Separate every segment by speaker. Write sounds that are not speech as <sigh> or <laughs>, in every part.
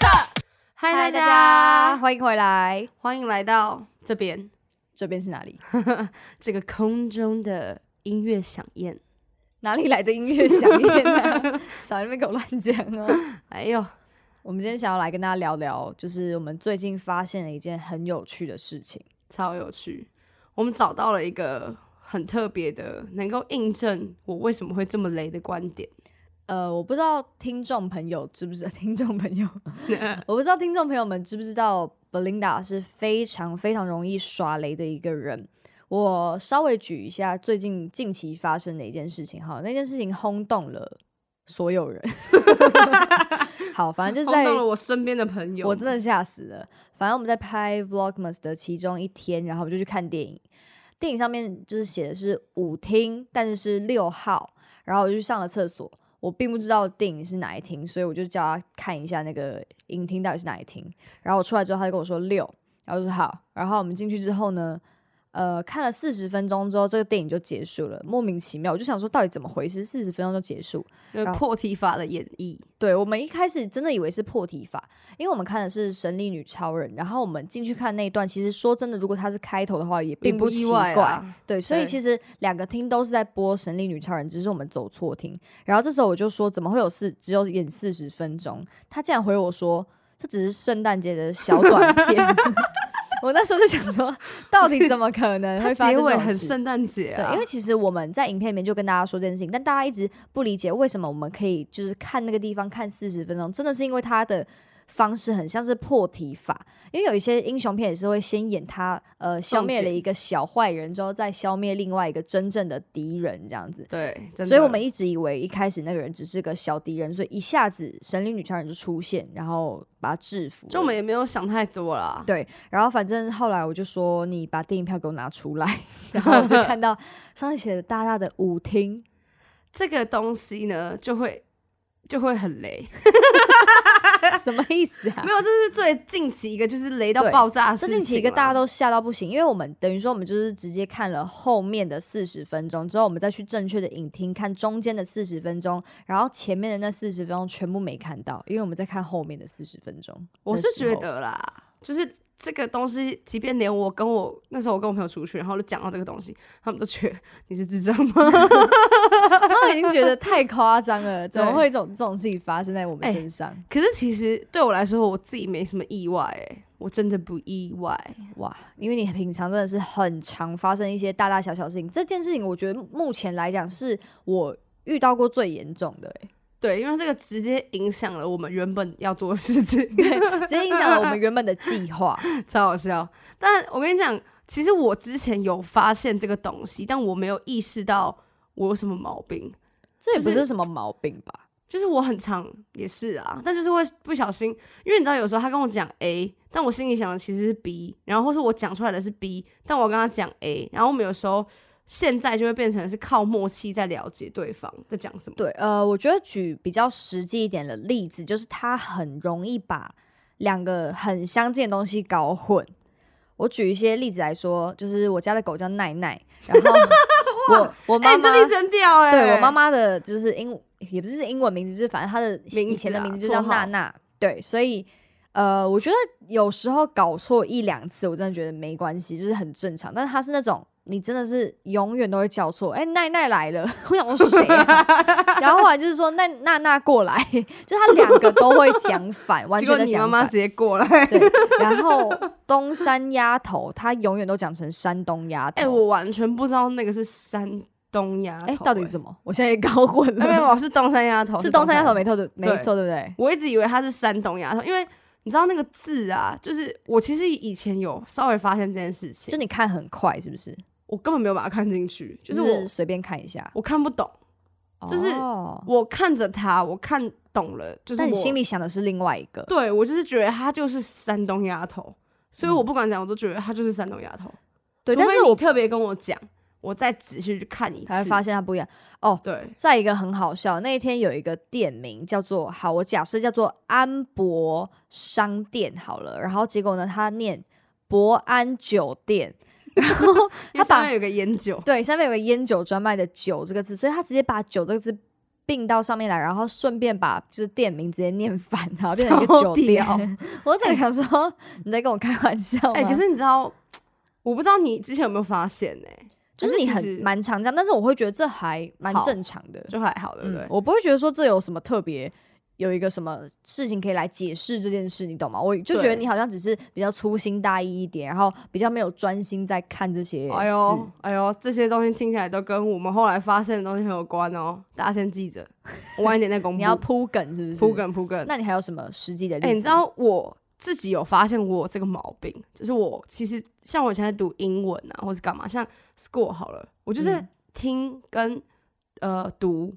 Speaker 1: 嗨，
Speaker 2: 嗨，大
Speaker 1: 大家
Speaker 2: 家欢迎回来。
Speaker 1: 欢迎来到这边
Speaker 2: 这边是哪里？
Speaker 1: 这个空中的音乐响宴。
Speaker 2: 哪里来的音乐响宴啊？ <laughs> 少在那边给我乱讲哦！
Speaker 1: 哎呦，
Speaker 2: 我们今天想要来跟大家聊聊，就是我们最近发现了一件很有趣的事情。
Speaker 1: 超有趣！我们找到了一个很特别的，能够印证我为什么会这么雷的观
Speaker 2: <laughs>
Speaker 1: 点。
Speaker 2: 呃，我不知道听众朋友知不知道，听众朋友，我不知道听众朋友们知不知道，Belinda 是非常非常容易耍雷的一个人。我稍微举一下最近近期发生的一件事情哈，那件事情轰动了所有人。 <laughs> 好，反正就是
Speaker 1: 碰
Speaker 2: 在
Speaker 1: 到了我身边的朋友，
Speaker 2: 我真的吓死了。反正我们在拍 Vlogmas 的其中一天，然后我们就去看电影。电影上面就是写的是舞厅，但是是六号。然后我就去上了厕所，我并不知道电影是哪一厅，所以我就叫他看一下那个影厅到底是哪一厅。然后我出来之后，他就跟我说六，然后我说好。然后我们进去之后呢，呃，看了四十分钟之后，这个电影就结束了，莫名其妙。我就想说，到底怎么回事？四十分钟就结束，
Speaker 1: 那个破题法的演绎，
Speaker 2: 对我们一开始真的以为是破题法，因为我们看的是《神力女超人》，然后我们进去看那一段，其实说真的，如果它是开头的话，也并
Speaker 1: 不
Speaker 2: 奇
Speaker 1: 意
Speaker 2: 怪。
Speaker 1: 外啊。
Speaker 2: 对，所以
Speaker 1: 对
Speaker 2: 其实两个厅都是在播《神力女超人》，只是我们走错厅。然后这时候我就说，怎么会有四只有演四十分钟？他竟然回我说，这只是圣诞节的小短
Speaker 1: <laughs>
Speaker 2: 片。 <laughs> 我那时候就想说，到底怎么可
Speaker 1: <laughs>
Speaker 2: 能
Speaker 1: 它
Speaker 2: 会发生
Speaker 1: 结
Speaker 2: 这
Speaker 1: 尾
Speaker 2: 种
Speaker 1: 很
Speaker 2: 事？
Speaker 1: 圣诞节啊，
Speaker 2: 对，因为其实我们在影片里面就跟大家说这件事情，但大家一直不理解为什么我们可以就是看那个地方看四十分钟，真的是因为它的方式很像是破题法，因为有一些英雄片也是会先演他呃消灭了
Speaker 1: 重点
Speaker 2: 一个小坏人之后，再消灭另外一个真正的敌人这样子。
Speaker 1: 对，真的
Speaker 2: 所以我们一直以为一开始那个人只是个小敌人，所以一下子神灵女超人就出现，然后把他制服了。
Speaker 1: 就我们也没有想太多啦。
Speaker 2: 对，然后反正后来我就说你把电影票给我拿出来，然后
Speaker 1: <laughs>
Speaker 2: 我就看到上面写的大大的舞厅，
Speaker 1: 这个东西呢，就会就会很雷。
Speaker 2: 什么意思啊
Speaker 1: <laughs> 没？有，这是最近期一个，就是雷到
Speaker 2: 对
Speaker 1: 爆炸的事
Speaker 2: 这
Speaker 1: 情啦。
Speaker 2: 近期一个大家都吓到不行，因为我们等于说我们就是直接看了后面的四十分钟之后，我们再去正确的影厅看中间的四十分钟，然后前面的那四十分钟全部没看到，因为我们在看后面的四十分钟。
Speaker 1: 我
Speaker 2: 的
Speaker 1: 是
Speaker 2: 时
Speaker 1: 觉
Speaker 2: 候
Speaker 1: 得啦，就是这个东西，即便连我跟我那时候我跟我朋友出去，然后就讲到这个东西，他们都觉得你是智障吗？ <laughs>
Speaker 2: 他们已经觉得太夸张了，怎么
Speaker 1: 对
Speaker 2: 会有这种这种事情发生在我们
Speaker 1: 哎
Speaker 2: 身上？
Speaker 1: 可是其实对我来说，我自己没什么意外、欸，我真的不意外。
Speaker 2: 哇，因为你平常真的是很常发生一些大大小小的事情，这件事情我觉得目前来讲是我遇到过最严重的、欸，
Speaker 1: 对，因为这个直接影响了我们原本要做的事情，
Speaker 2: 直接影响了我们原本的计 <laughs> 划。
Speaker 1: <laughs> 超好笑。但我跟你讲，其实我之前有发现这个东西，但我没有意识到我有什么毛病。
Speaker 2: 这也不
Speaker 1: 就是
Speaker 2: 是什么毛病吧？
Speaker 1: 就是我很常也是啊，但就是会不小心，因为你知道有时候他跟我讲 A，但我心里想的其实是 B，然后或是我讲出来的是 B，但我跟他讲 A，然后我们有时候现在就会变成是靠默契在了解对方在讲什么。
Speaker 2: 对，呃，我觉得举比较实际一点的例子，就是他很容易把两个很相近的东西搞混。我举一些例子来说，就是我家的狗叫奈奈，然 <laughs> 后我我妈
Speaker 1: 哎、你
Speaker 2: 妈、
Speaker 1: 这例子很屌哎、
Speaker 2: 对我妈妈的就是英也不是英文名字，就是反正她的
Speaker 1: 名
Speaker 2: 以前
Speaker 1: 字
Speaker 2: 的
Speaker 1: 啊
Speaker 2: 名字就叫
Speaker 1: 绰号
Speaker 2: 娜娜。对，所以呃，我觉得有时候搞错一两次，我真的觉得没关系，就是很正常。但是她是那种你真的是永远都会叫错，哎、奈奈来了， <laughs> 我想说谁
Speaker 1: <laughs>
Speaker 2: 啊？然后后来就是说奈娜娜过来， <laughs> 就她两个都会讲反，完
Speaker 1: 结
Speaker 2: 全
Speaker 1: 果
Speaker 2: 的
Speaker 1: 你妈
Speaker 2: 讲
Speaker 1: 妈
Speaker 2: 反
Speaker 1: 直。接过来，哎、
Speaker 2: 对，然后东山丫头，她永远都讲成山东丫头。
Speaker 1: 哎我完全不知道那个是山东丫头、
Speaker 2: 哎、到底是什么？我现在也搞混了。
Speaker 1: 哎？没有， <laughs> 我是东山丫头，
Speaker 2: 是东山丫头
Speaker 1: 没？
Speaker 2: 没错的，没
Speaker 1: 对
Speaker 2: 错，对不对？
Speaker 1: 我一直以为它是山东丫头，因为你知道那个字啊，就是我其实以前有稍微发现这件事情，
Speaker 2: 就你看很快，是不是？
Speaker 1: 我根本没有把它看进去，就
Speaker 2: 就是
Speaker 1: 我、
Speaker 2: 是随便看一下，
Speaker 1: 我看不懂，就是
Speaker 2: 哦
Speaker 1: 我看着他，我看懂了，就是
Speaker 2: 但
Speaker 1: 我
Speaker 2: 你心里想的是另外一个，
Speaker 1: 对我就是觉得他就是山东丫头，所以我不管怎样，我都觉得他就是山东丫头。
Speaker 2: 嗯对，
Speaker 1: 除非
Speaker 2: 但是
Speaker 1: 你
Speaker 2: 我
Speaker 1: 特别跟我讲，我再仔细去看一次，
Speaker 2: 才会发现它不一样。
Speaker 1: 对
Speaker 2: 再一个很好笑，那一天有一个店名叫做好，我假设叫做安博商店好了，然后结果呢，他念博安酒店，然
Speaker 1: <laughs>
Speaker 2: 后
Speaker 1: 因为
Speaker 2: 他
Speaker 1: 上
Speaker 2: 把
Speaker 1: 面有个烟酒，
Speaker 2: 对，上面有个烟酒专卖的“酒”这个字，所以他直接把“酒”这个字并到上面来，然后顺便把就是店名直接念反，然后变成一个
Speaker 1: 超
Speaker 2: 酒店
Speaker 1: 屌。
Speaker 2: 我整个想说你在跟我开玩笑吗？
Speaker 1: <laughs> 哎、可是你知道，我不知道你之前有没有发现呢、
Speaker 2: 就是
Speaker 1: 还是
Speaker 2: 你
Speaker 1: 其
Speaker 2: 很
Speaker 1: 实
Speaker 2: 蛮常这样，但是我会觉得这还蛮
Speaker 1: 好
Speaker 2: 正常的，
Speaker 1: 就还好，对不对？
Speaker 2: 嗯我不会觉得说这有什么特别。有一个什么事情可以来解释这件事，你懂吗？我就觉得
Speaker 1: 对
Speaker 2: 你好像只是比较粗心大意一点，然后比较没有专心在看这些字。
Speaker 1: 哎呦，哎呦，这些东西听起来都跟我们后来发现的东西很有关哦。大家先记着，我晚一点再公
Speaker 2: <laughs>
Speaker 1: 布。
Speaker 2: 你要铺梗是不是？
Speaker 1: 铺。梗铺梗。
Speaker 2: 那你还有什么实际的例
Speaker 1: 哎、
Speaker 2: 子？
Speaker 1: 你知道我自己有发现我有这个毛病，就是我其实像我以前在读英文啊，或是干嘛，像 school 好了，我就是
Speaker 2: 嗯 <laughs>
Speaker 1: 听跟、呃读，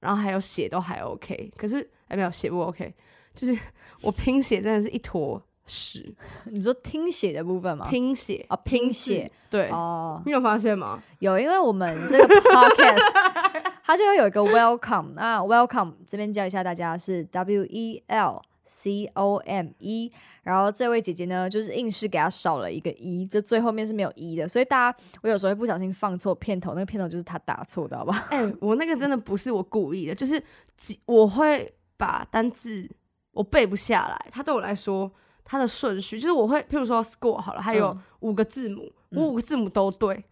Speaker 1: 然后还有写都还 OK，可是哎、没有写不 OK，就是 <laughs> 我拼写真的是一坨屎，
Speaker 2: 你说听写的部分吗？
Speaker 1: 拼写
Speaker 2: 啊，拼写
Speaker 1: 对。
Speaker 2: 哦，
Speaker 1: 你有发现吗？
Speaker 2: 有，因为我们这个 podcast <laughs> 它就会有一个 welcome，那 welcome 这边教一下大家是 W E L C O M E，然后这位姐姐呢就是硬是给她少了一个一，这最后面是没有 “E” 一的，所以大家我有时候会不小心放错片头，那个片头就是她打错的，好不好？
Speaker 1: 哎、我那个真的不是我故意的，就是几我会把单字我背不下来，它对我来说它的顺序就是我会，譬如说 score 好 <laughs> 了，还有
Speaker 2: 嗯
Speaker 1: 五个字母，
Speaker 2: 嗯
Speaker 1: 我五个字母都对，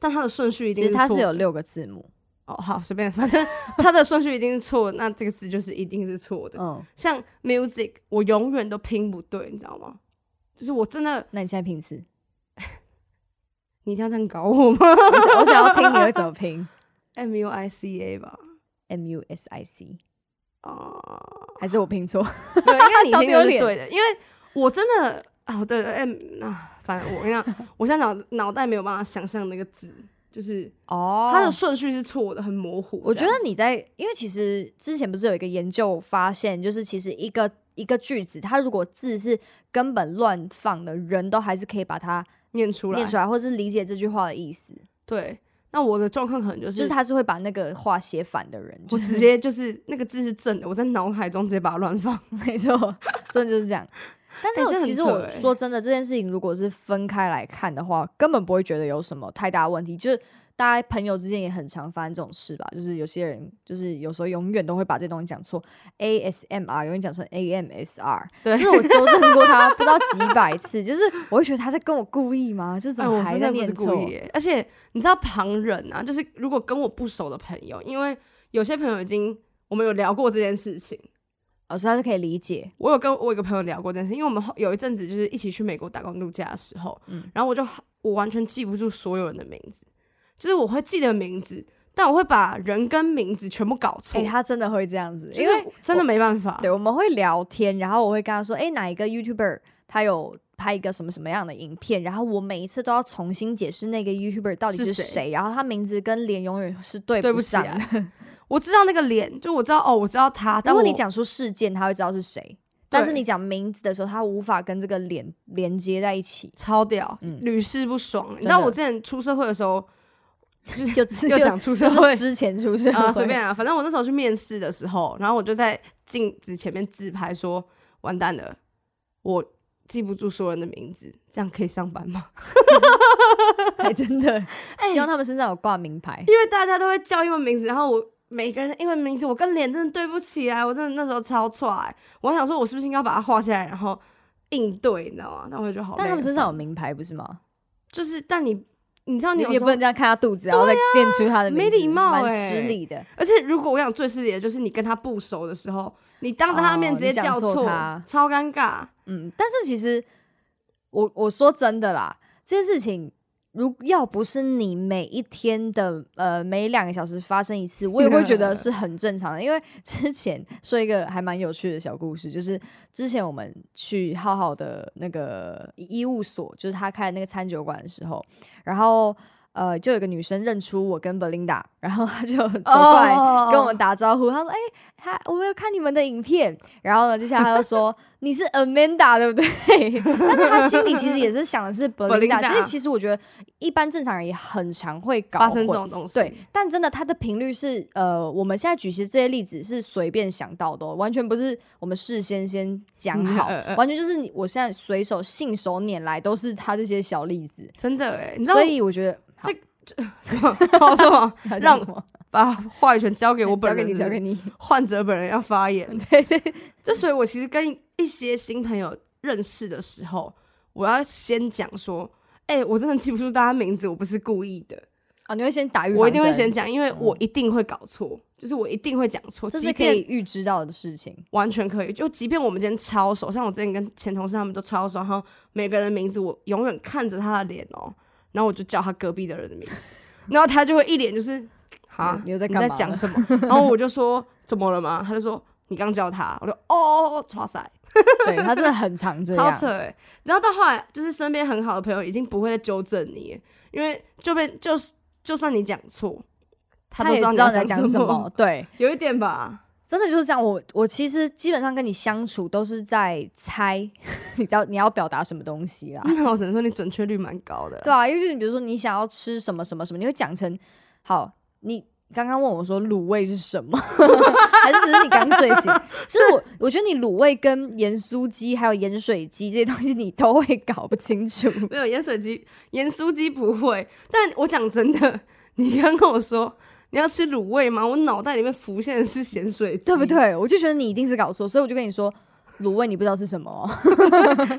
Speaker 1: 但它的顺序一
Speaker 2: 其
Speaker 1: 定
Speaker 2: 实它
Speaker 1: 错
Speaker 2: 是有六个字母，
Speaker 1: 哦，好随便，反正它的顺序一定是错，那这个字就是一定是错的。
Speaker 2: 嗯，
Speaker 1: 像 music，我永远都拼不对，你知道吗？就是我真的，
Speaker 2: 那你现在拼一次，
Speaker 1: 你一定要这样搞我吗 <laughs>
Speaker 2: 我想我想要听你会怎么拼
Speaker 1: ？M U I C A 吧，
Speaker 2: ，M U S I C，
Speaker 1: 啊、
Speaker 2: 还是我拼
Speaker 1: <laughs>
Speaker 2: 错？
Speaker 1: 对，因
Speaker 2: 超
Speaker 1: 为你
Speaker 2: 丢
Speaker 1: 听的是
Speaker 2: 脸
Speaker 1: 对的，因为我真的啊，对对，哎、啊，反正我跟你讲，我现在脑脑袋没有办法想象那个字，就是
Speaker 2: 哦
Speaker 1: 它的顺序是错的，很模糊。
Speaker 2: 我觉得
Speaker 1: 这样
Speaker 2: 你在，因为其实之前不是有一个研究发现，就是其实一个一个句子，它如果字是根本乱放的，人都还是可以把它
Speaker 1: 念出来，
Speaker 2: 念出来，或是理解这句话的意思。
Speaker 1: 对。那我的状况可能就
Speaker 2: 就是是，他是会把那个话写反的人，
Speaker 1: 我
Speaker 2: 就是
Speaker 1: 直接就是那个字是正的，我在脑海中直接把它乱放。
Speaker 2: 没错，真的就是这样。但是
Speaker 1: 哎
Speaker 2: 我、
Speaker 1: 这很
Speaker 2: 其实
Speaker 1: 扯
Speaker 2: 我
Speaker 1: 哎
Speaker 2: 说真的，这件事情如果是分开来看的话，根本不会觉得有什么太大的问题。就是大家朋友之间也很常发生这种事吧，就是有些人就是有时候永远都会把这东西讲错，ASMR 永远讲成 AMSR，
Speaker 1: 对
Speaker 2: 就是我纠正过他不知道几百次， <laughs> 就是我会觉得他在跟我故意吗？就是怎
Speaker 1: 哎，
Speaker 2: 么
Speaker 1: 我
Speaker 2: 还
Speaker 1: 真
Speaker 2: 在
Speaker 1: 的不
Speaker 2: 念
Speaker 1: 是
Speaker 2: 错
Speaker 1: 故？意耶。而且你知道旁人啊，就是如果跟我不熟的朋友，因为有些朋友已经我们有聊过这件事情，
Speaker 2: 哦，所以他是可以理解，
Speaker 1: 我有跟我有一个朋友聊过这件事，因为我们后有一阵子就是一起去美国打工度假的时候，
Speaker 2: 嗯
Speaker 1: 然后我就我完全记不住所有人的名字，就是我会记得名字，但我会把人跟名字全部搞错，
Speaker 2: 哎、他真的会这样子，
Speaker 1: 就
Speaker 2: 因为
Speaker 1: 是啊真的没办法。
Speaker 2: 对，我们会聊天，然后我会跟他说，诶，哪一个 YouTuber 他有拍一个什么什么样的影片，然后我每一次都要重新解释那个 YouTuber 到底
Speaker 1: 是
Speaker 2: 是
Speaker 1: 谁
Speaker 2: 谁，然后他名字跟脸永远是对
Speaker 1: 对
Speaker 2: 不
Speaker 1: 不起
Speaker 2: 上
Speaker 1: 啊
Speaker 2: 的。
Speaker 1: 我知道那个脸，就我知道哦，我知道他。
Speaker 2: 如
Speaker 1: 但
Speaker 2: 果
Speaker 1: 我
Speaker 2: 你，讲出事件，他会知道是谁，但是
Speaker 1: 对，
Speaker 2: 你讲名字的时候，他无法跟这个脸连接在一起
Speaker 1: 超屌，
Speaker 2: 嗯
Speaker 1: 屡试不爽。你知
Speaker 2: 真
Speaker 1: 道
Speaker 2: 的
Speaker 1: 我之前出社会的时候，
Speaker 2: 就只
Speaker 1: 又
Speaker 2: 有
Speaker 1: 讲出社
Speaker 2: 就 <laughs>
Speaker 1: 会
Speaker 2: 是之前出社
Speaker 1: 啊，
Speaker 2: 会，
Speaker 1: 随便啊，反正我那时候去面试的时候，然后我就在镜子前面自拍说，完蛋了，我记不住所有人的名字，这样可以上
Speaker 2: <laughs>
Speaker 1: 班吗？
Speaker 2: 还真的。
Speaker 1: 哎
Speaker 2: 希望他们身上有挂名牌。
Speaker 1: 因为大家都会叫英文名字，然后我每个人的英文名字，我跟脸真的对不起啊来，我真的那时候超错来，我还想说我是不是应该把它画下来，然后应对，你知道吗？但我就觉得好累哦，
Speaker 2: 但他们身上有名牌，不是吗？
Speaker 1: 就是，但你你知道你
Speaker 2: 你
Speaker 1: 有
Speaker 2: 也
Speaker 1: 时
Speaker 2: 不
Speaker 1: 候
Speaker 2: 能这样看他肚子，然后再念出他的名
Speaker 1: 啊没
Speaker 2: 字
Speaker 1: 礼貌
Speaker 2: 蛮
Speaker 1: 欸
Speaker 2: 失礼的。
Speaker 1: 而且如果我想最失礼的就是你跟他不熟的时候，你当着他的面
Speaker 2: 哦
Speaker 1: 直接
Speaker 2: 你讲
Speaker 1: 叫
Speaker 2: 错他
Speaker 1: 超尴尬。
Speaker 2: 嗯，但是其实我我说真的啦，这件事情如要不是你每一天的呃每两个小时发生一次，我也会觉得是很正常的。因为之前说一个还蛮有趣的小故事，就是之前我们去浩浩的那个医务所，就是他开的那个餐酒馆的时候，然后呃就有个女生认出我跟 Belinda，然后她就走过来跟
Speaker 1: 哦
Speaker 2: 我们打招呼，他说：“哎、他我没有看你们的影片。”然后呢，接下来他就
Speaker 1: <laughs>
Speaker 2: 说：“你是 Amanda 对不 <laughs> 对？”但是他心里其实也是想的
Speaker 1: <laughs>
Speaker 2: 是 Belinda，
Speaker 1: Belinda
Speaker 2: 所以其实我觉得一般正常人也很常会搞
Speaker 1: 发生这
Speaker 2: 混
Speaker 1: 种东西，，
Speaker 2: 对，但真的它的频率是呃，我们现在举些这些例子是随便想到的哦、完全不是我们事先先讲好
Speaker 1: 呃
Speaker 2: 完全就是你我现在随手信手拈来都是他这些小例子，
Speaker 1: 真的哎，你知道
Speaker 2: 所以我觉得好
Speaker 1: 这 <laughs> 好什么？
Speaker 2: 要
Speaker 1: 让
Speaker 2: 讲什么？
Speaker 1: 把话语权交给我
Speaker 2: <laughs>
Speaker 1: 本
Speaker 2: 交给
Speaker 1: 人，
Speaker 2: 你，交给你。
Speaker 1: 患者本人要发言。
Speaker 2: <laughs> 对对，
Speaker 1: 就所以，我其实跟一些新朋友认识的时候，我要先讲说，哎、我真的记不住大家名字，我不是故意的，
Speaker 2: 哦，你会先打预防针，
Speaker 1: 我一定会先讲，因为我一定会搞错，就是我一定会讲错，
Speaker 2: 嗯这
Speaker 1: 即
Speaker 2: 是可
Speaker 1: 便
Speaker 2: 以预知到的事
Speaker 1: <laughs>
Speaker 2: 情。
Speaker 1: 完全可以。就即便我们今天超熟，像我之前跟前同事他们都超熟，然后每个人的名字我永远看着他的脸哦、然后我就叫他隔壁的人的名字，然后他就会一
Speaker 2: <laughs>
Speaker 1: 脸就是啊，
Speaker 2: 你又在
Speaker 1: 你
Speaker 2: 干嘛
Speaker 1: 在
Speaker 2: 呢
Speaker 1: 讲什么？然后我就说怎么了吗？他就说你刚叫他，我就哦哦哦，哇塞，
Speaker 2: 对他真的很常这
Speaker 1: 超
Speaker 2: 样
Speaker 1: 扯，哎、然后到后来就是身边很好的朋友已经不会再纠正你，因为就被就是就算你讲错，
Speaker 2: 他
Speaker 1: 都
Speaker 2: 也
Speaker 1: 知道
Speaker 2: 知道
Speaker 1: 要
Speaker 2: 你在讲什
Speaker 1: 么
Speaker 2: 么，。对，
Speaker 1: <laughs> 有一点吧，
Speaker 2: 真的就是这样。我我其实基本上跟你相处都是在猜 <laughs> 你要你要表达什么东西啦。
Speaker 1: 那我只能说你准确率蛮高的啦。
Speaker 2: 对啊，因为就是比如说你想要吃什么什么什么，你会讲成好你。刚刚问我说卤味是什么， <laughs> 还是只是你刚睡醒？就是我，我觉得你卤味跟盐酥鸡还有盐水鸡这些东西，你都会搞不清楚。
Speaker 1: 没有盐水鸡、盐酥鸡不会，但我讲真的，你刚跟我说你要吃卤味吗？我脑袋里面浮现的是咸水鸡，
Speaker 2: 对不？对？我就觉得你一定是搞错，所以我就跟你说， <laughs> 卤味你不知道是什么
Speaker 1: <laughs>
Speaker 2: 哦、
Speaker 1: <laughs>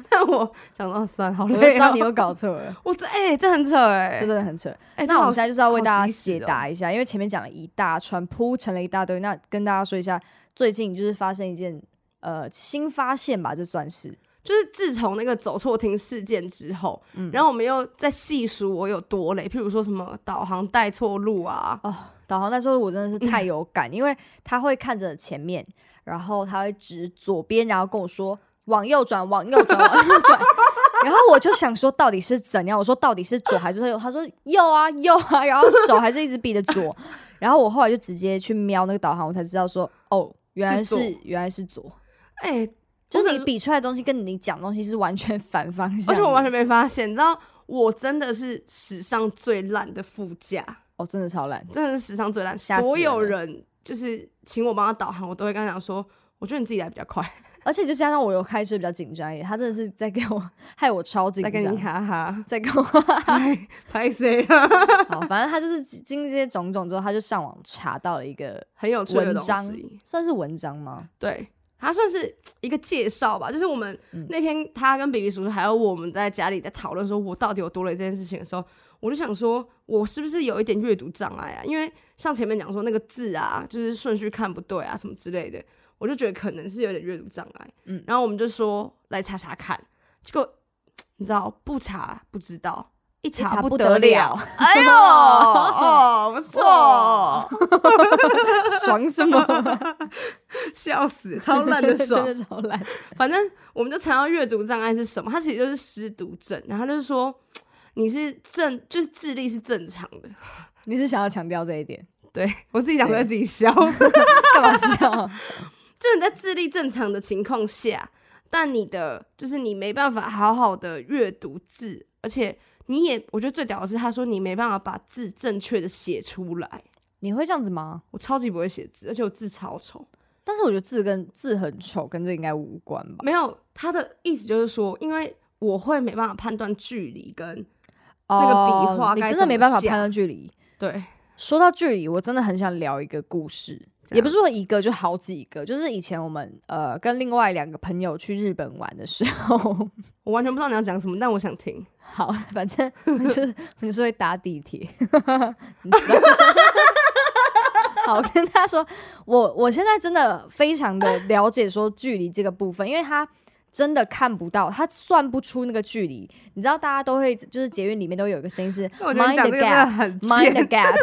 Speaker 1: 但我想到算了好
Speaker 2: 我就知
Speaker 1: 累、
Speaker 2: 道
Speaker 1: 哦，
Speaker 2: 你又搞错了，
Speaker 1: 我这哎、这很扯 <laughs> 哎、
Speaker 2: 这真的很扯。
Speaker 1: 哎
Speaker 2: 那我们现在
Speaker 1: 在
Speaker 2: 就是要为
Speaker 1: 好
Speaker 2: 大家
Speaker 1: 及时
Speaker 2: 解
Speaker 1: 哦
Speaker 2: 答一下，因为前面讲了一大串，铺成了一大堆。那跟大家说一下，最近就是发生一件呃新发现吧，这算是
Speaker 1: 就是自从那个走错厅事件之后，
Speaker 2: 嗯
Speaker 1: 然后我们又在细数我有多累，譬如说什么导航带错路啊，
Speaker 2: 哦。导航在说，我真的是太有感，因为他会看着前面，然后他会指左边，然后跟我说往右转，往右转，往右转。然后我就想说，到底是怎样？我说到底是左还是右？他说右啊右啊，然后手还是一直比着左。然后我后来就直接去瞄那个导航，我才知道说，哦，原来
Speaker 1: 是左
Speaker 2: 是原来是左。
Speaker 1: 哎、
Speaker 2: 就是
Speaker 1: 或
Speaker 2: 你
Speaker 1: 者
Speaker 2: 比出来的东西跟你讲的东西是完全反方向的，
Speaker 1: 而且我完全没发现，你知道我真的是史上最烂的副驾，
Speaker 2: 哦，真的超烂，
Speaker 1: 真的是史上最烂，
Speaker 2: 吓死
Speaker 1: 所有
Speaker 2: 人
Speaker 1: 人就是请我帮他导航，我都会跟他讲说，我觉得你自己来比较快，
Speaker 2: 而且就加上我有开车比较紧张一点，他真的是在给我害我超紧
Speaker 1: 再
Speaker 2: 张，
Speaker 1: 跟你哈哈， <laughs>
Speaker 2: 在跟我
Speaker 1: 拍谁啊？ <laughs>
Speaker 2: 好，反正他就是经这些种种之后，他就上网查到了一个
Speaker 1: 很有趣的
Speaker 2: 文
Speaker 1: 东
Speaker 2: 章
Speaker 1: 西，，
Speaker 2: 算是文章
Speaker 1: <laughs>
Speaker 2: 吗？
Speaker 1: 对。它算是一个介绍吧，就是我们那天他跟比比叔叔还有我们在家里在讨论说，我到底有多累这件事情的时候，我就想说，我是不是有一点阅读障碍啊？因为像前面讲说那个字啊，就是顺序看不对啊，什么之类的，我就觉得可能是有点阅读障碍。
Speaker 2: 嗯
Speaker 1: 然后我们就说来查查看，结果你知道不查不知道，一
Speaker 2: 一
Speaker 1: 查
Speaker 2: 查不
Speaker 1: 得
Speaker 2: 得了，
Speaker 1: 哎呦，哦，不错哦，
Speaker 2: 爽什么？
Speaker 1: <laughs> 笑死，超烂 <laughs> 的爽
Speaker 2: 真。的超烂。
Speaker 1: 反正我们就查到阅读障碍是什么，它其实就是失读症，然后他就是说嗯你是正，就是智力是正常的。
Speaker 2: 你是想要强调这一点？
Speaker 1: <laughs> 对我自己讲，我在自己笑。
Speaker 2: 干嘛笑？
Speaker 1: 就你在智力 <laughs> 正常的情况下，但你的就是你没办法好好的阅读字，而且你也，我觉得最屌的是他说你没办法把字正确的写出来。
Speaker 2: 你会这样子吗？
Speaker 1: 我超级不会写字，而且我字超丑。
Speaker 2: 但是我觉得字跟字很丑，跟这应该无关吧？
Speaker 1: 没有，他的意思就是说，因为我会没办法判断距离跟那个笔画
Speaker 2: 哦你
Speaker 1: 该
Speaker 2: 真的
Speaker 1: 怎
Speaker 2: 没
Speaker 1: 么
Speaker 2: 办法
Speaker 1: 下
Speaker 2: 判断距离。
Speaker 1: 对
Speaker 2: 说到距离，我真的很想聊一个故事，
Speaker 1: 怎样
Speaker 2: 也不是说一个，就好几个。就是以前我们呃跟另外两个朋友去日本玩的时候，
Speaker 1: 我完全不知道你要讲什么，但我想听。
Speaker 2: 好， <laughs> 反正我们就是我们就是会搭地铁，你知道吗 <laughs> 好，我跟他说，我我现在真的非常的了解说距离这个部分，因为他真的看不到，他算不出那个距离。你知道，大家都会就是捷运里面都有一个声音是 mind the gap，
Speaker 1: 很
Speaker 2: mind the gap，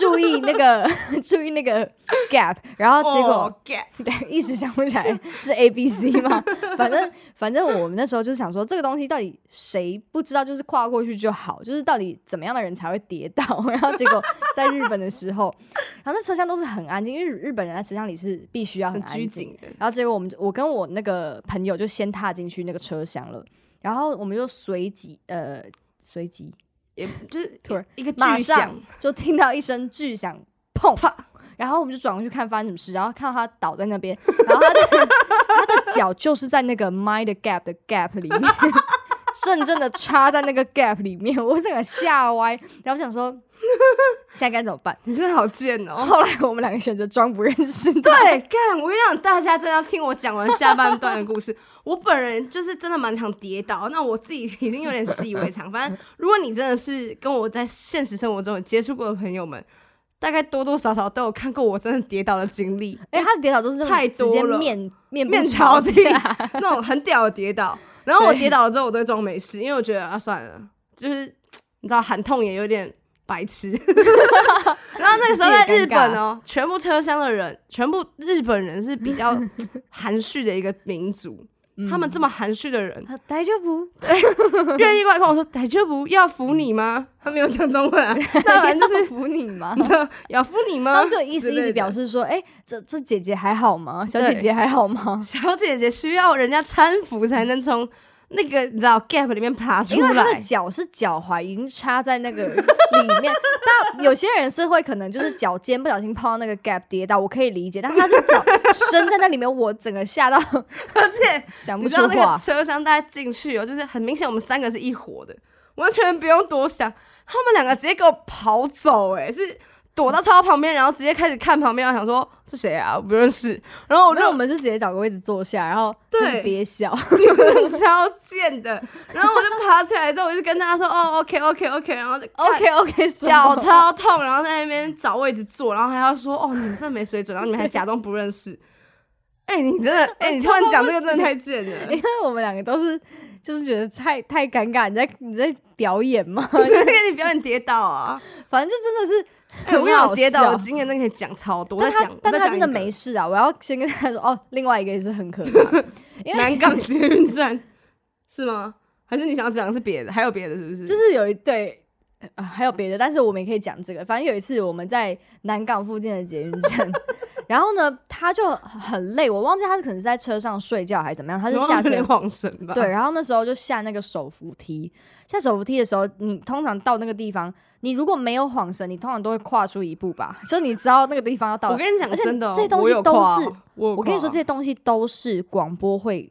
Speaker 2: 注意那个 <laughs> 注意那个 gap，然后结
Speaker 1: 哦
Speaker 2: 果、 <laughs> 一时想不起来是 A B C 吗？ <laughs> 反正反正我们那时候就是想说，这个东西到底谁不知道，就是跨过去就好，就是到底怎么样的人才会跌倒。然后结果在日本的时候，然后那车厢都是很安静，因为日日本人在车厢里是必须要
Speaker 1: 很
Speaker 2: 安
Speaker 1: 拘
Speaker 2: 静。
Speaker 1: 谨的。
Speaker 2: 然后结果我们我跟我那个朋友就先踏进去那个车厢了，然后我们就随即呃随即
Speaker 1: 也就是
Speaker 2: 突然
Speaker 1: 一个巨
Speaker 2: 马
Speaker 1: 响
Speaker 2: 上，就听到一声巨响，砰
Speaker 1: 啪
Speaker 2: 然后我们就转过去看发生什么事，然后看到他倒在那边，然后他的他的脚就是在那个 mind the gap 的 gap 里面， <laughs> 正正的插在那个 gap 里面，我整个吓歪。然后我想说，现在该怎么办？
Speaker 1: 你真的好贱哦！
Speaker 2: <laughs> 后来我们两个选择装不认识他。
Speaker 1: 对，干！我跟你讲，大家真的要听我讲完下半段的故事。我本人就是真的蛮常跌倒，那我自己已经有点习以为常。反正如果你真的是跟我在现实生活中有接触过的朋友们，大概多多少少都有看过我真的跌倒的经历，
Speaker 2: <laughs> 哎、他的跌倒都是那种
Speaker 1: 太
Speaker 2: 直接
Speaker 1: 多了
Speaker 2: 面面部
Speaker 1: 面朝
Speaker 2: 朝
Speaker 1: 地
Speaker 2: 下
Speaker 1: <laughs> 那种很屌的跌倒。然后我
Speaker 2: 对
Speaker 1: 跌倒了之后，我都会装没事，因为我觉得啊，算了，就是你知道喊痛也有点白痴。 <laughs> 然后那个时候在日本哦，全部车厢的人，全部日本人是比较含蓄的一个民族。
Speaker 2: 嗯
Speaker 1: 他们这么含蓄的人，
Speaker 2: 啊大丈 <laughs> 夫，
Speaker 1: 愿意过来跟我说“逮就不要扶你吗？”他没有讲中文啊，那反正就是
Speaker 2: 服你吗？
Speaker 1: “要扶你
Speaker 2: <laughs> 他
Speaker 1: 吗
Speaker 2: 们就意思意
Speaker 1: 之类
Speaker 2: 思
Speaker 1: 的
Speaker 2: 表示说，哎、这这姐姐还好吗？小姐
Speaker 1: 对
Speaker 2: 姐还好”。吗？
Speaker 1: 小姐姐需要人家搀扶才能从那个你知道 gap 里面爬 <laughs> 出
Speaker 2: 因为她的
Speaker 1: 来。
Speaker 2: 脚是脚踝已经插在那个里面， <laughs> 但有些人是会可能就是脚尖不小心碰到那个 gap 跌倒，我可以理解，但她是脚伸在那里面，我整个吓
Speaker 1: <laughs>
Speaker 2: 到
Speaker 1: 而且
Speaker 2: 想
Speaker 1: 你
Speaker 2: 不
Speaker 1: 知
Speaker 2: 出
Speaker 1: 道那
Speaker 2: 话
Speaker 1: 个。车厢大家进去哦，就是很明显我们三个是一伙的，完全不用多想，他们两个直接给我跑走、哎，是躲到超旁边，然后直接开始看旁边，然后想说这谁啊，我不认识，然后我
Speaker 2: 没有，我
Speaker 1: 就
Speaker 2: 们是直接找个位置坐下，然后
Speaker 1: 对
Speaker 2: 就是憋
Speaker 1: <laughs>
Speaker 2: 笑，
Speaker 1: 你们超贱的，然后我就爬起来之后，我就跟大家说哦，OK OK OK，然后就
Speaker 2: OK OK，
Speaker 1: 脚超痛，然后在那边找位置坐，然后还要说哦，你们真没水准，然后你们还假装不认识。哎、你真的，哎、你突然讲这个真的太贱了。
Speaker 2: 因为我们两个都是就是觉得太太尴尬，你在你在表演吗？ <laughs>
Speaker 1: 谁给你表演跌倒啊？
Speaker 2: 反正就真的是
Speaker 1: 哎、我
Speaker 2: 很
Speaker 1: 跟你讲，
Speaker 2: 好
Speaker 1: 我跌倒的
Speaker 2: 笑
Speaker 1: 经验，那可以讲超多。我
Speaker 2: 但
Speaker 1: 再
Speaker 2: 他
Speaker 1: 讲，
Speaker 2: 但
Speaker 1: 我再
Speaker 2: 他
Speaker 1: 讲
Speaker 2: 真
Speaker 1: 一
Speaker 2: 的
Speaker 1: 个
Speaker 2: 没事啊！我要先跟他说哦，另外一个也是很可
Speaker 1: <laughs>
Speaker 2: 怕，因为
Speaker 1: 南港捷运站 <laughs> 是吗？还是你想讲的是别的？还有别的是不是？
Speaker 2: 就是有一对。啊，还有别的，但是我们也可以讲这个。反正有一次我们在南港附近的捷运
Speaker 1: <laughs>
Speaker 2: 站，然后呢，他就很累，我忘记他是可能是在车上睡觉还是怎么样，他就
Speaker 1: 然后
Speaker 2: 下车
Speaker 1: 有点晃神吧？
Speaker 2: 对，，然后那时候就下那个手扶梯，下手扶梯的时候，你通常到那个地方，你如果没有晃神，你通常都会跨出一步吧，就你知道那个地方要到
Speaker 1: 我
Speaker 2: 了。
Speaker 1: 跟你讲
Speaker 2: 而且
Speaker 1: 真的哦，
Speaker 2: 这些东
Speaker 1: 我
Speaker 2: 西
Speaker 1: 有
Speaker 2: 都
Speaker 1: 跨
Speaker 2: 是
Speaker 1: 哦，我有
Speaker 2: 我跟你
Speaker 1: 跨
Speaker 2: 说，
Speaker 1: 哦
Speaker 2: 这些东西都是广播会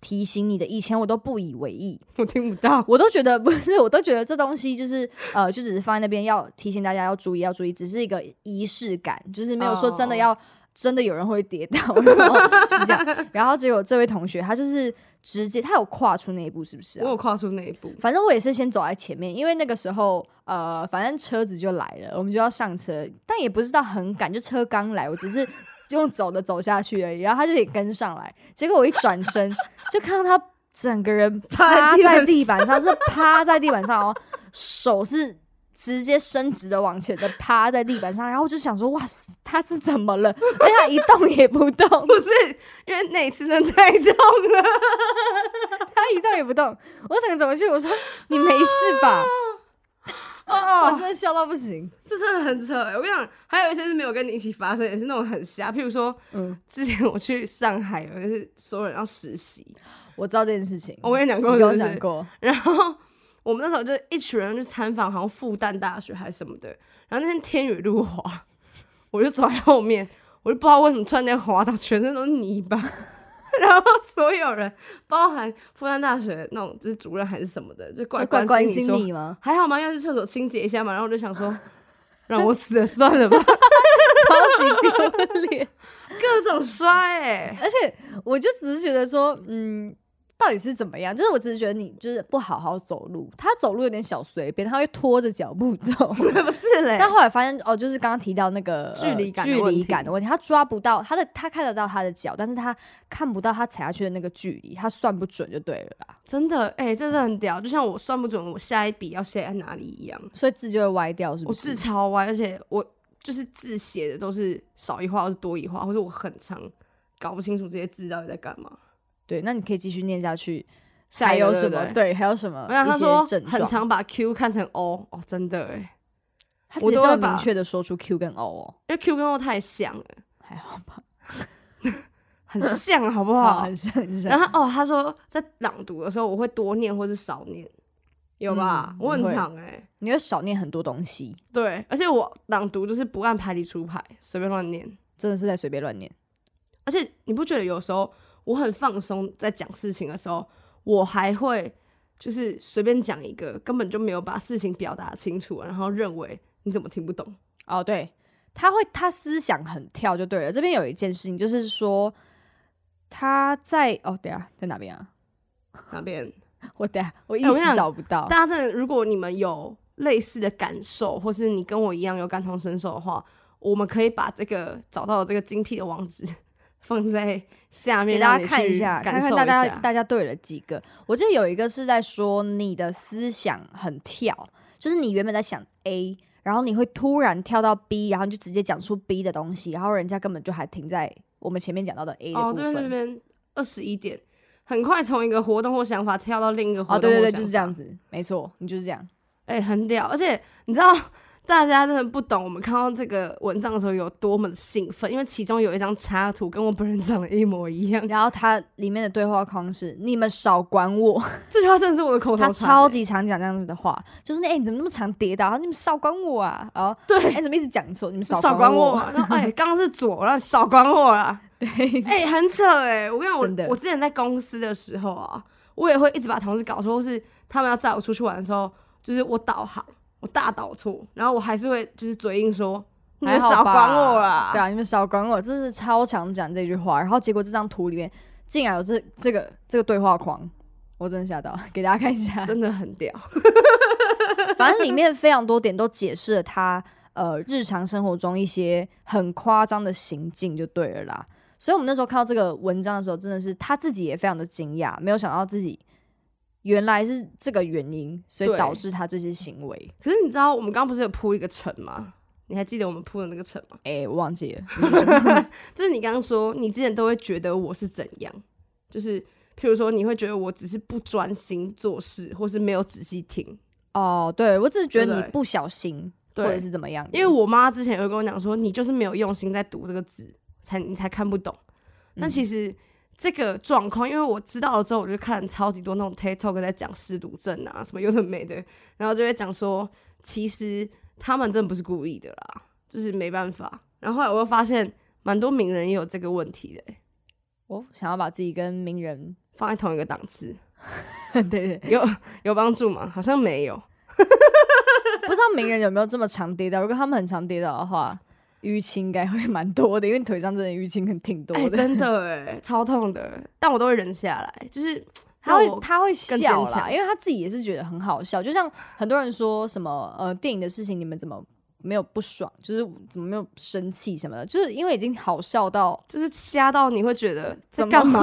Speaker 2: 提醒你的，以前我都不以为意，
Speaker 1: 我听不到。
Speaker 2: 我都觉得 <laughs> 不是，我都觉得这东西就是呃，就只是放在那边要提醒大家要注意，要注意，只是一个仪式感，就是没有说真的要、真的有人会跌倒， <laughs> 然后是这样。然后结果这位同学他就是直接他有跨出那一步，是不是、
Speaker 1: 我
Speaker 2: 啊？
Speaker 1: 有跨出那一步，
Speaker 2: 反正我也是先走在前面，因为那个时候呃，反正车子就来了，我们就要上车，但也不是到很赶，就车刚来，我只是用走的走下去而已。然啊后他就得跟上来，结果我一转身就看到他整个人趴在地板上，是趴在地板上哦，手是。直接伸直的往前的趴在地板上，然后我就想说，哇塞，他是怎么了？ <laughs> 而且他一动也不动，
Speaker 1: 不是因为那一次真的太痛
Speaker 2: <laughs>
Speaker 1: 了，
Speaker 2: 他一动也不动。我整个走过去，我说你没事吧？我
Speaker 1: 哦，
Speaker 2: 真的笑到不行。
Speaker 1: 这真的很扯欸。我跟你讲，还有一些是没有跟你一起发生，也是那种很瞎。譬如说，
Speaker 2: 嗯，
Speaker 1: 之前我去上海，有一次所有人要实习，
Speaker 2: 我知道这件事情，
Speaker 1: 哦我跟你讲过，
Speaker 2: 嗯你
Speaker 1: 是
Speaker 2: 跟
Speaker 1: 不
Speaker 2: 我
Speaker 1: 是
Speaker 2: 讲过，
Speaker 1: 然后我们那时候就一群人去参访，好像复旦大学还是什么的。然后那天天雨路滑，我就走在后面，我就不知道为什么突然间滑到全身都是泥巴。 <laughs> 然后所有人，包含复旦大学那种就是主任还是什么的，就过来
Speaker 2: 就关关
Speaker 1: 心
Speaker 2: 心
Speaker 1: 说
Speaker 2: 你吗？ <laughs>
Speaker 1: 还好吗？要去厕所清洁一下嘛。然后我就想说， <laughs> 让我死了算了吧，
Speaker 2: 超级丢
Speaker 1: <laughs>
Speaker 2: 脸，
Speaker 1: 各种摔哎、
Speaker 2: 而且我就只是觉得说，嗯。到底是怎么样？就是我只是觉得你就是不好好走路，他走路有点小随便，他会拖着脚步
Speaker 1: <laughs>
Speaker 2: 走。
Speaker 1: <laughs> 不是嘞
Speaker 2: 但后来发现哦，就是刚刚提到那个呃
Speaker 1: <laughs> 距离感的
Speaker 2: 距
Speaker 1: 问
Speaker 2: 离
Speaker 1: 题
Speaker 2: 感的问题，他抓不到他的，他看得到他的脚，但是他看不到他踩下去的那个距离，他算不准就对了啦，
Speaker 1: 真的哎、真的很屌，就像我算不准我下一笔要写在哪里一样。
Speaker 2: 所以字就会歪掉，是
Speaker 1: 我
Speaker 2: 不
Speaker 1: 字
Speaker 2: 是？
Speaker 1: 超歪，而且我就是字写的都是少一画或是多一画，或者我很常搞不清楚这些字到底在干嘛。
Speaker 2: 对，那你可以继续念下去，
Speaker 1: 下
Speaker 2: 还
Speaker 1: 一个
Speaker 2: 有
Speaker 1: 对
Speaker 2: 什
Speaker 1: 不
Speaker 2: 么？
Speaker 1: 对
Speaker 2: 对，还有什么？
Speaker 1: 我想他说很
Speaker 2: 长。
Speaker 1: 常把 Q 看成 O，哦，真的哎，
Speaker 2: 他
Speaker 1: 我
Speaker 2: 直接
Speaker 1: 都
Speaker 2: 这
Speaker 1: 会
Speaker 2: 么
Speaker 1: 把
Speaker 2: 明确的说出 Q 跟 O 哦，
Speaker 1: 因为 Q 跟 O 太像了，
Speaker 2: 还
Speaker 1: 哦
Speaker 2: 好吧？ <laughs>
Speaker 1: 很像，好不
Speaker 2: 哇，
Speaker 1: 好？
Speaker 2: 哦很像很像。
Speaker 1: 然后他哦，他说在朗读的时候我会多念或是少念，有吧？
Speaker 2: 嗯
Speaker 1: 我很
Speaker 2: 你会
Speaker 1: 常哎，
Speaker 2: 你会少念很多东西，
Speaker 1: 对，而且我朗读就是不按牌理出牌，随便乱念。
Speaker 2: 真的是在随便乱念。
Speaker 1: 而且你不觉得有时候我很放松在讲事情的时候，我还会就是随便讲一个，根本就没有把事情表达清楚，然后认为你怎么听不懂？
Speaker 2: 哦，对，他会他思想很跳就对了。这边有一件事情，就是说他在哦，等一下在哪边啊？ <laughs>
Speaker 1: 哪边？
Speaker 2: 我等一下我一
Speaker 1: 哎我跟
Speaker 2: 时
Speaker 1: 你讲
Speaker 2: 找不到。
Speaker 1: 大家真的，如果你们有类似的感受，或是你跟我一样有感同身受的话，我们可以把这个找到的这个精辟的网址放在下面，
Speaker 2: 给大
Speaker 1: 让
Speaker 2: 家
Speaker 1: 你
Speaker 2: 看一
Speaker 1: 去
Speaker 2: 下，
Speaker 1: 感
Speaker 2: 看看
Speaker 1: 受
Speaker 2: 大
Speaker 1: 一
Speaker 2: 家
Speaker 1: 下
Speaker 2: 大家对了几个。我记得有一个是在说你的思想很跳，就是你原本在想 A，然后你会突然跳到 B，然后你就直接讲出 B 的东西，然后人家根本就还停在我们前面讲到的 A 的
Speaker 1: 哦，
Speaker 2: 部
Speaker 1: 这边这
Speaker 2: 分。
Speaker 1: 边二十一点，很快从一个活动或想法跳到另一个活
Speaker 2: 哦，对
Speaker 1: 动
Speaker 2: 对对，
Speaker 1: 或想法
Speaker 2: 就是这样。子，没错，你就是这样。
Speaker 1: 哎、很屌！而且你知道，大家真的不懂我们看到这个文章的时候有多么的兴奋，因为其中有一张插图跟我本人长得一模一
Speaker 2: <laughs>
Speaker 1: 样。
Speaker 2: 然后它里面的对话框是“你们少管我
Speaker 1: 这句话真的是我的”，口头
Speaker 2: 他
Speaker 1: 禅、欸
Speaker 2: 超级常讲这样子的话，就是哎、你怎么那么常跌倒？然后你们少管我啊！然后
Speaker 1: 对
Speaker 2: 哎、，你怎么一直讲错？你们
Speaker 1: 少
Speaker 2: 管
Speaker 1: 管我！嘛！然后哎，刚刚是左，然后少管我啦！
Speaker 2: 对，
Speaker 1: 哎、很扯哎、我跟你讲，
Speaker 2: 真的
Speaker 1: 我我之前在公司的时候啊，我也会一直把同事搞错，或是他们要载我出去玩的时候，就是我导航我大导错，然后我还是会就是嘴硬说你们
Speaker 2: 还好
Speaker 1: 少管
Speaker 2: 吧
Speaker 1: 我啦。
Speaker 2: 对啊，你们少管我，这是超常讲这句话。然后结果这张图里面竟然有这这个这个对话框，我真的吓到， <laughs> 给大家看一下。
Speaker 1: 真的很屌，
Speaker 2: 反正里面非常多点都解释了他呃日常生活中一些很夸张的行径就对了啦。所以我们那时候看到这个文章的时候，真的是他自己也非常的惊讶，没有想到自己原来是这个原因，所以
Speaker 1: 对
Speaker 2: 导致他这些行为。
Speaker 1: 可是你知道我们刚刚不是有铺一个城吗？你还记得我们铺的那个城吗？
Speaker 2: 哎、我忘记了，你记得吗
Speaker 1: 就是你刚刚说，你之前都会觉得我是怎样，就是譬如说，你会觉得我只是不专心做事，或是没有仔细听，
Speaker 2: 哦，对我只是觉得
Speaker 1: 对
Speaker 2: 你
Speaker 1: 不对
Speaker 2: 不小心或
Speaker 1: 对
Speaker 2: 者是怎么样的，
Speaker 1: 因为我妈之前也会跟我讲说，你就是没有用心在读这个字，才你才看不懂。但其实这个状况，因为我知道了之后，我就看了超级多那种 TikTok 在讲失读症啊，什么有的没的，然后就会讲说，其实他们真的不是故意的啦，就是没办法。然后后来我又发现，蛮多名人也有这个问题的、
Speaker 2: 我想要把自己跟名
Speaker 1: <laughs>
Speaker 2: 人，
Speaker 1: 放在同一个档次，
Speaker 2: 对对，
Speaker 1: <laughs> 有有帮助吗？好像没有。
Speaker 2: <laughs> 不知道名人有没有这么常跌倒。如果他们很常跌倒的话，淤青应该会蛮多的，因为腿上真的淤青很挺多
Speaker 1: 哎、
Speaker 2: 的。
Speaker 1: 真 <laughs> 的哎、超痛的，但我都会忍下来，就是
Speaker 2: 他
Speaker 1: 让
Speaker 2: 会
Speaker 1: 我
Speaker 2: 他会笑
Speaker 1: 坚
Speaker 2: 啦，
Speaker 1: 强
Speaker 2: 因为他自己也是觉得很好笑。就像很多人说什么呃电影的事情，你们怎么没有不爽，就是怎么没有生气什么的，就是因为已经好笑
Speaker 1: <laughs>
Speaker 2: 到
Speaker 1: 就是瞎到你会觉得在
Speaker 2: 怎么
Speaker 1: 干嘛？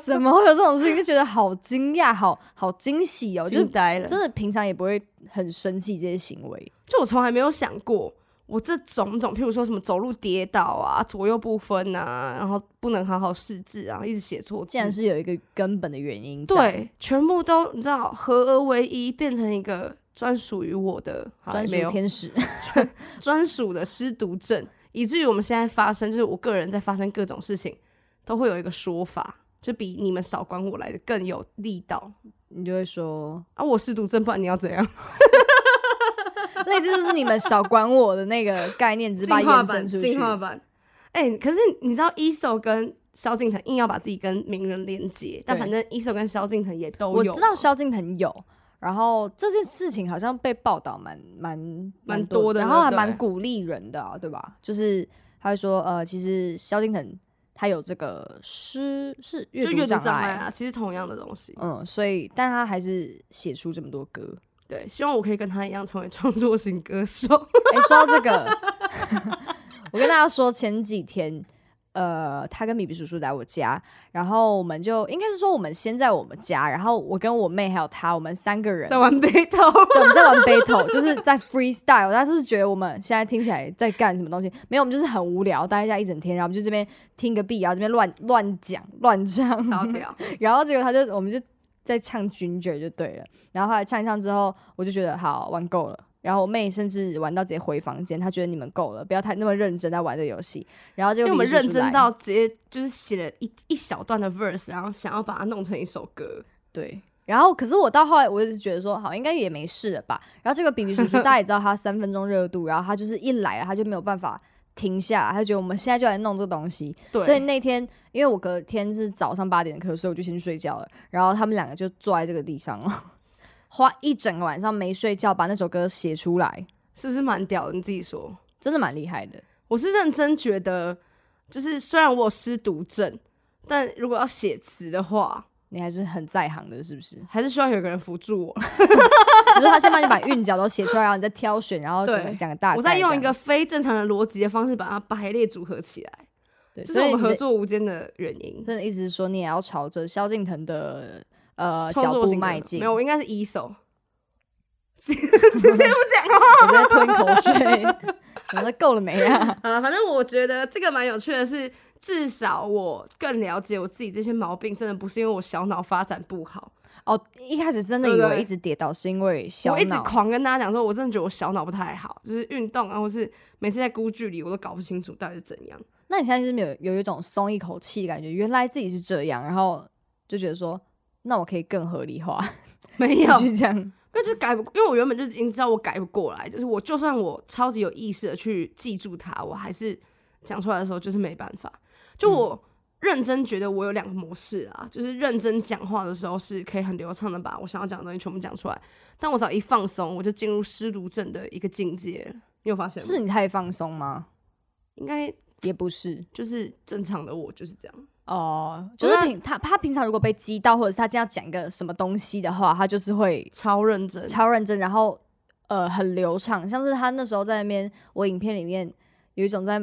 Speaker 2: 怎么会有这种事情，就觉得好惊讶，好好惊喜哦、就是
Speaker 1: 呆了
Speaker 2: 真的平常也不会很生气这些行为。
Speaker 1: 就我从来没有想过，我这种种，譬如说什么走路跌倒啊，左右不分啊，然后不能好好识字啊，一直写错字，
Speaker 2: 竟然是有一个根本的原因在，
Speaker 1: 对，全部都你知道合而为一，变成一个专属于我的好
Speaker 2: 专
Speaker 1: 没
Speaker 2: 属
Speaker 1: 有
Speaker 2: 天
Speaker 1: <laughs>
Speaker 2: 使。
Speaker 1: 专属的失读症，以至于我们现在发生，就是我个人在发生各种事情，都会有一个说法，就比你们少管我来的更有力道
Speaker 2: 你就会说，
Speaker 1: 啊！我失读症，不然你要怎样？
Speaker 2: <laughs> 类似就是你们少管我的那个概念，只是
Speaker 1: 进
Speaker 2: 把它
Speaker 1: 化
Speaker 2: 延
Speaker 1: 版，
Speaker 2: 伸出
Speaker 1: 进
Speaker 2: 去。
Speaker 1: 化版。哎、可是你知道 ESO 跟萧敬腾硬要把自己跟名人连接，但
Speaker 2: 对
Speaker 1: 反正 ESO 跟萧敬腾也都有，
Speaker 2: 我知道萧敬腾有，然后这件事情好像被报道蛮蛮
Speaker 1: 蛮
Speaker 2: 多
Speaker 1: 多的
Speaker 2: 然后还
Speaker 1: 对不对
Speaker 2: 蛮鼓励人的、啊，对吧？就是他会说，呃，其实萧敬腾他有这个诗是阅
Speaker 1: 就阅读
Speaker 2: 障
Speaker 1: 障碍啊，其实同样的东西。
Speaker 2: 嗯，所以但他还是写出这么多歌。
Speaker 1: 对，希望我可以跟他一样成为创作型歌手。 <laughs>
Speaker 2: 哎、说到这个， <laughs> 我跟大家说，前几天，呃，他跟米比叔叔来我家，然后我们就应该是说我们先在我们家，然后我跟我妹还有他，我们三个人
Speaker 1: 在。玩背头，
Speaker 2: <laughs> 对，我们在玩 battle，就是在 freestyle。大家是不是觉得我们现在听起来在干什么东西？没有，我们就是很无聊，待在家一整天，然后我们就这边听个 B，然后这边乱乱讲乱唱，
Speaker 1: 超屌！
Speaker 2: 然后结果他就我们就在唱 Ginger 就对了，然后后来唱一唱之后，我就觉得好玩够了。然后我妹甚至玩到直接回房间，她觉得你们够了，不要太那么认真在玩这个游戏。然后结
Speaker 1: <laughs> 因
Speaker 2: 果
Speaker 1: 为我们
Speaker 2: 李叔叔
Speaker 1: 认真
Speaker 2: 来
Speaker 1: 到直接就是写了一一小段的 verse，然后想要把它弄成一首歌。
Speaker 2: 对，然后可是我到后来，我一直觉得说，好，应该也
Speaker 1: <laughs>
Speaker 2: 没事了吧。然后这个比比叔叔，大家也知道他三分钟热度，然后他就是一来了，他就没有办法停下来，他就觉得我们现在就来弄这个东西。
Speaker 1: 对，
Speaker 2: 所以那天因为我隔天是早上八点的课，所以我就先去睡觉了。然后他们两个就坐在这个地方了，花一整个晚上没睡觉，把那首歌写出来，
Speaker 1: 是不是蛮屌的？你自己说，
Speaker 2: 真的蛮厉害的。
Speaker 1: 我是认真觉得，就是虽然我有失读症，但如果要写词的话，
Speaker 2: 你还是很在行的，是不是？ <laughs>
Speaker 1: 还是需要有个人辅助我。
Speaker 2: 就是他先帮你把韵脚都写出来，然后你再挑选，然后整个
Speaker 1: 对
Speaker 2: 讲个大概
Speaker 1: 我
Speaker 2: 这样。
Speaker 1: 再用一个非正常的逻辑的方式把它排列组合起来，
Speaker 2: 对，
Speaker 1: 这是
Speaker 2: 所以
Speaker 1: 我们
Speaker 2: 你的
Speaker 1: 合作无间的原因。
Speaker 2: 真的意思是说，你也要朝着萧敬腾的呃
Speaker 1: 创
Speaker 2: 脚
Speaker 1: 作
Speaker 2: 步
Speaker 1: 型歌
Speaker 2: 迈
Speaker 1: 手
Speaker 2: 进。
Speaker 1: 没有，我应该是一手。直接直接不讲话。
Speaker 2: 我在吞口水， <laughs> 我说够了没啊？
Speaker 1: 啊，反正我觉得这个蛮有趣的是，至少我更了解我自己这些毛病，真的不是因为我小脑发展不好，
Speaker 2: 哦，一开始真的以
Speaker 1: 对不
Speaker 2: 为
Speaker 1: 对
Speaker 2: 一直跌倒是因为小
Speaker 1: 我一直
Speaker 2: 脑，
Speaker 1: 狂跟大家讲说，我真的觉得我小脑不太好，就是运动啊，或是每次在估距离，我都搞不清楚到底是怎样。
Speaker 2: 那你现在是没有有一种松一口气的感觉，原来自己是这样，然后就觉得说，那我可以更合理化，
Speaker 1: 没
Speaker 2: 继
Speaker 1: 有，因
Speaker 2: 续这样。
Speaker 1: 为就是改不，因为我原本就已经知道我改不过来，就是我就算我超级有意识的去记住它，我还是讲出来的时候就是没办法。就我认真觉得我有两个模式啊，就是认真讲话的时候是可以很流畅的把我想要讲的东西全部讲出来，但我只要一放松，我就进入失读症的一个境界了。你有发现吗？
Speaker 2: 是你太放松吗？
Speaker 1: 应该
Speaker 2: 也不是
Speaker 1: 就是正常的我就是这样。
Speaker 2: 哦，就是平他他平常如果被激到，或者是他今天要讲一个什么东西的话，他就是会
Speaker 1: 超认真，
Speaker 2: 超认真，然后呃很流畅，像是他那时候在那边，我影片里面有一种在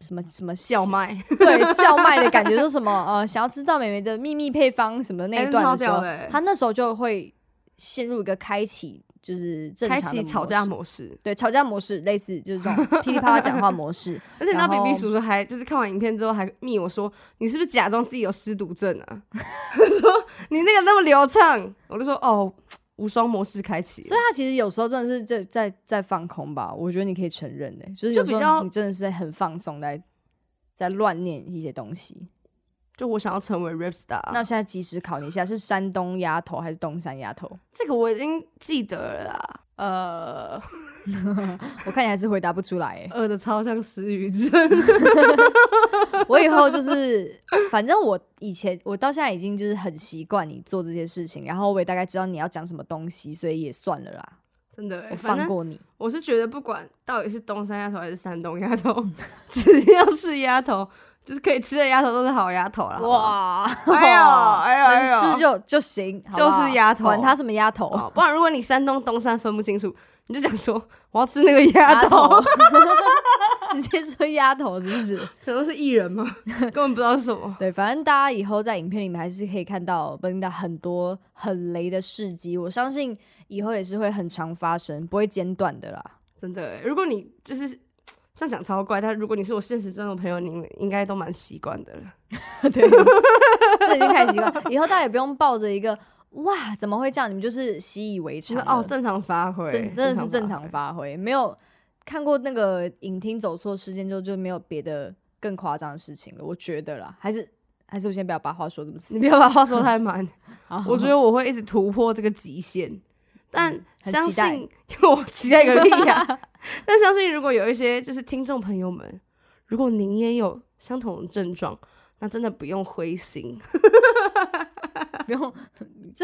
Speaker 2: 什么什么
Speaker 1: 叫卖，
Speaker 2: 对叫卖的感觉，说什么呃想要知道美眉的秘密配方什么那
Speaker 1: <laughs> 欸
Speaker 2: 一段
Speaker 1: 超
Speaker 2: 的时候，
Speaker 1: 屌的欸
Speaker 2: 他那时候就会陷入一个开启就是正常
Speaker 1: 开
Speaker 2: 的
Speaker 1: 启
Speaker 2: 模
Speaker 1: 吵架
Speaker 2: 式。
Speaker 1: 模式。
Speaker 2: 对吵架模式，类似就是这
Speaker 1: <laughs>
Speaker 2: 种噼里啪啦讲话模式，
Speaker 1: 而且你知道，
Speaker 2: 然
Speaker 1: 比
Speaker 2: 后
Speaker 1: 比叔叔还就是看完影片之后还密我说，你是不是假装自己有失读症啊？ <laughs> 他说你那个那么流畅，我就说哦，无双模式开启了。
Speaker 2: 所以他其实有时候真的是在在在放空吧，我觉得你可以承认的、欸就是
Speaker 1: 就
Speaker 2: 有时
Speaker 1: 比
Speaker 2: 候
Speaker 1: 较
Speaker 2: 你真的是在很放松在在乱念一些东西。
Speaker 1: 就我想要成为 rap star，
Speaker 2: 那现在即时考你一下，是山东鸭头还是东山鸭头？
Speaker 1: 这个我已经记得了啦。呃，
Speaker 2: 我看你还是回答不出来、
Speaker 1: 饿的超像失语症， <laughs>
Speaker 2: 欸。 <laughs> 我以后就是，反正我以前我到现在已经就是很习惯你做这些事情，然后我也大概知道你要讲什么东西，所以也算了啦，
Speaker 1: 真的欸、
Speaker 2: 我
Speaker 1: 反
Speaker 2: 放
Speaker 1: 正
Speaker 2: 过你。
Speaker 1: 我是觉得，不管到底是东山丫头还是山东丫头，只要是丫头，就是可以吃的丫头都是好丫头啦。好不好，
Speaker 2: 哇，
Speaker 1: 哎呦，哎呦，哎呦
Speaker 2: 能吃就就行，好不好
Speaker 1: 就是鸭头
Speaker 2: 管他什么鸭头，
Speaker 1: 哦，不然如果你山东东山分不清楚，你就讲说我要吃那个鸭头，
Speaker 2: 头， <laughs> 直接说鸭头是不是？
Speaker 1: 可能是艺人嘛，根本不知道是什么。
Speaker 2: <laughs> 对，反正大家以后在影片里面还是可以看到 Belinda 很多很雷的事迹，我相信以后也是会很常发生，不会间断的啦。
Speaker 1: 真的欸，如果你就是这样讲超怪，但如果你是我现实中的朋友，你应该都蛮习惯的了。
Speaker 2: 对，这已经太习惯，以后大家也不用抱着一个哇怎么会这样，你们就是习以为
Speaker 1: 就
Speaker 2: 常
Speaker 1: 是
Speaker 2: 了。
Speaker 1: 哦，正常发挥，
Speaker 2: 真真的是正
Speaker 1: 发
Speaker 2: 常
Speaker 1: 挥。
Speaker 2: 发挥，没有看过那个影厅走错事件之后，就没有别的更夸张的事情了。我觉得啦，还是还是我先不要把话说这么死
Speaker 1: 你。不要把话说
Speaker 2: <laughs>
Speaker 1: 太满，
Speaker 2: 好
Speaker 1: 我觉得我会一直突破这个极限。但
Speaker 2: 嗯很
Speaker 1: 相
Speaker 2: 期待
Speaker 1: 信 <laughs> 我期待个屁
Speaker 2: <laughs>
Speaker 1: 呀、但相信如果有一些就是听众朋友们，如果您也有相同的症状，那真的不用灰心，
Speaker 2: 不用 <laughs>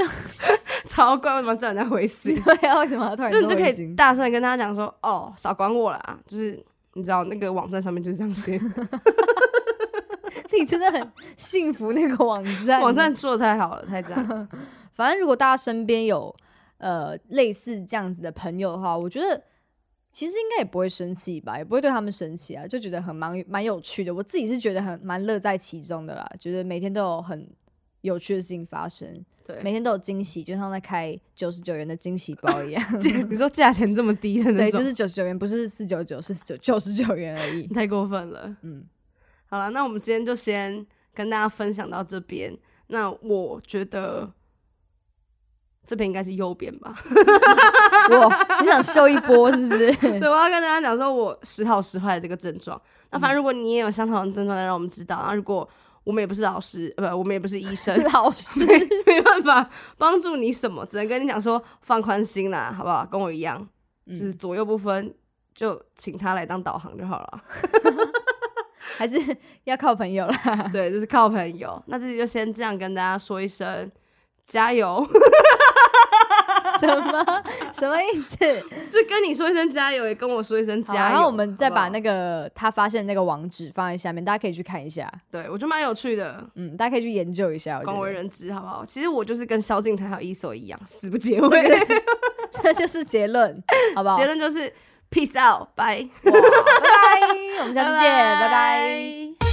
Speaker 1: 超怪，为什么叫人家灰心？
Speaker 2: 对啊，为什么要突然
Speaker 1: 就是
Speaker 2: 说
Speaker 1: 你就可
Speaker 2: 微
Speaker 1: 以
Speaker 2: 信
Speaker 1: 大声的跟大家讲说，哦，少管我啦，就是你知道那个网站上面就是这样写，
Speaker 2: 你真的很幸福那个 <laughs> 网站，
Speaker 1: 网站做的太好了，太赞
Speaker 2: <laughs>
Speaker 1: 了，
Speaker 2: 反正如果大家身边有呃类似这样子的朋友的话，我觉得其实应该也不会生气吧，也不会对他们生气啊，就觉得很蛮蛮有趣的。我自己是觉得很蛮乐在其中的啦，觉得每天都有很有趣的事情发生，每
Speaker 1: <laughs> 对，
Speaker 2: 天都有惊喜，就像在开九十九元的惊喜包一
Speaker 1: <laughs>
Speaker 2: 样。
Speaker 1: 你说价钱这么低的那
Speaker 2: 对，
Speaker 1: 种，
Speaker 2: 就是九十九元，不是四九九，是九九十九元而
Speaker 1: <laughs>
Speaker 2: 已。
Speaker 1: 太过分了。
Speaker 2: 嗯，
Speaker 1: 好了，那我们今天就先跟大家分享到这边。那我觉得这边应该是右边吧。
Speaker 2: 我你想秀一波是不
Speaker 1: <laughs>
Speaker 2: 是？，
Speaker 1: 对，我要跟大家讲说，我时好时坏的这个症状。那反正如果你也有相同的症状，再让我们知道。然后如果我们也不是老师，呃，不，我们也不是医生
Speaker 2: 老师，
Speaker 1: <laughs> 没办法帮助你什么，只能跟你讲说放宽心啦，好不好？跟我一样，就是
Speaker 2: 嗯
Speaker 1: 左右不分，就请他来当导航就好
Speaker 2: <laughs>
Speaker 1: 了。
Speaker 2: 还是要靠朋友啦。
Speaker 1: 对，就是靠朋友。那这里就先这样跟大家说一声，加油！ <laughs>
Speaker 2: 什么什么意思？
Speaker 1: 就跟你说一声加油，也跟我说一声
Speaker 2: 好
Speaker 1: 加
Speaker 2: 然
Speaker 1: 油。
Speaker 2: 后我们再把
Speaker 1: 好不
Speaker 2: 那个他发现的那个网址放在下面，大家可以去看一下。
Speaker 1: 好对我觉得蛮有趣的，
Speaker 2: 嗯，大家可以去研究一下。我觉
Speaker 1: 广为
Speaker 2: <laughs> 得
Speaker 1: 人知，好不好？其实我就是跟萧敬腾还有伊索一样，死不结
Speaker 2: 这
Speaker 1: 尾。
Speaker 2: 个这就是结
Speaker 1: <laughs>
Speaker 2: 论， <laughs> 好不好？
Speaker 1: 结论就是 peace out，拜，
Speaker 2: 哇拜拜，我们下次见，拜拜。
Speaker 1: 拜
Speaker 2: <laughs>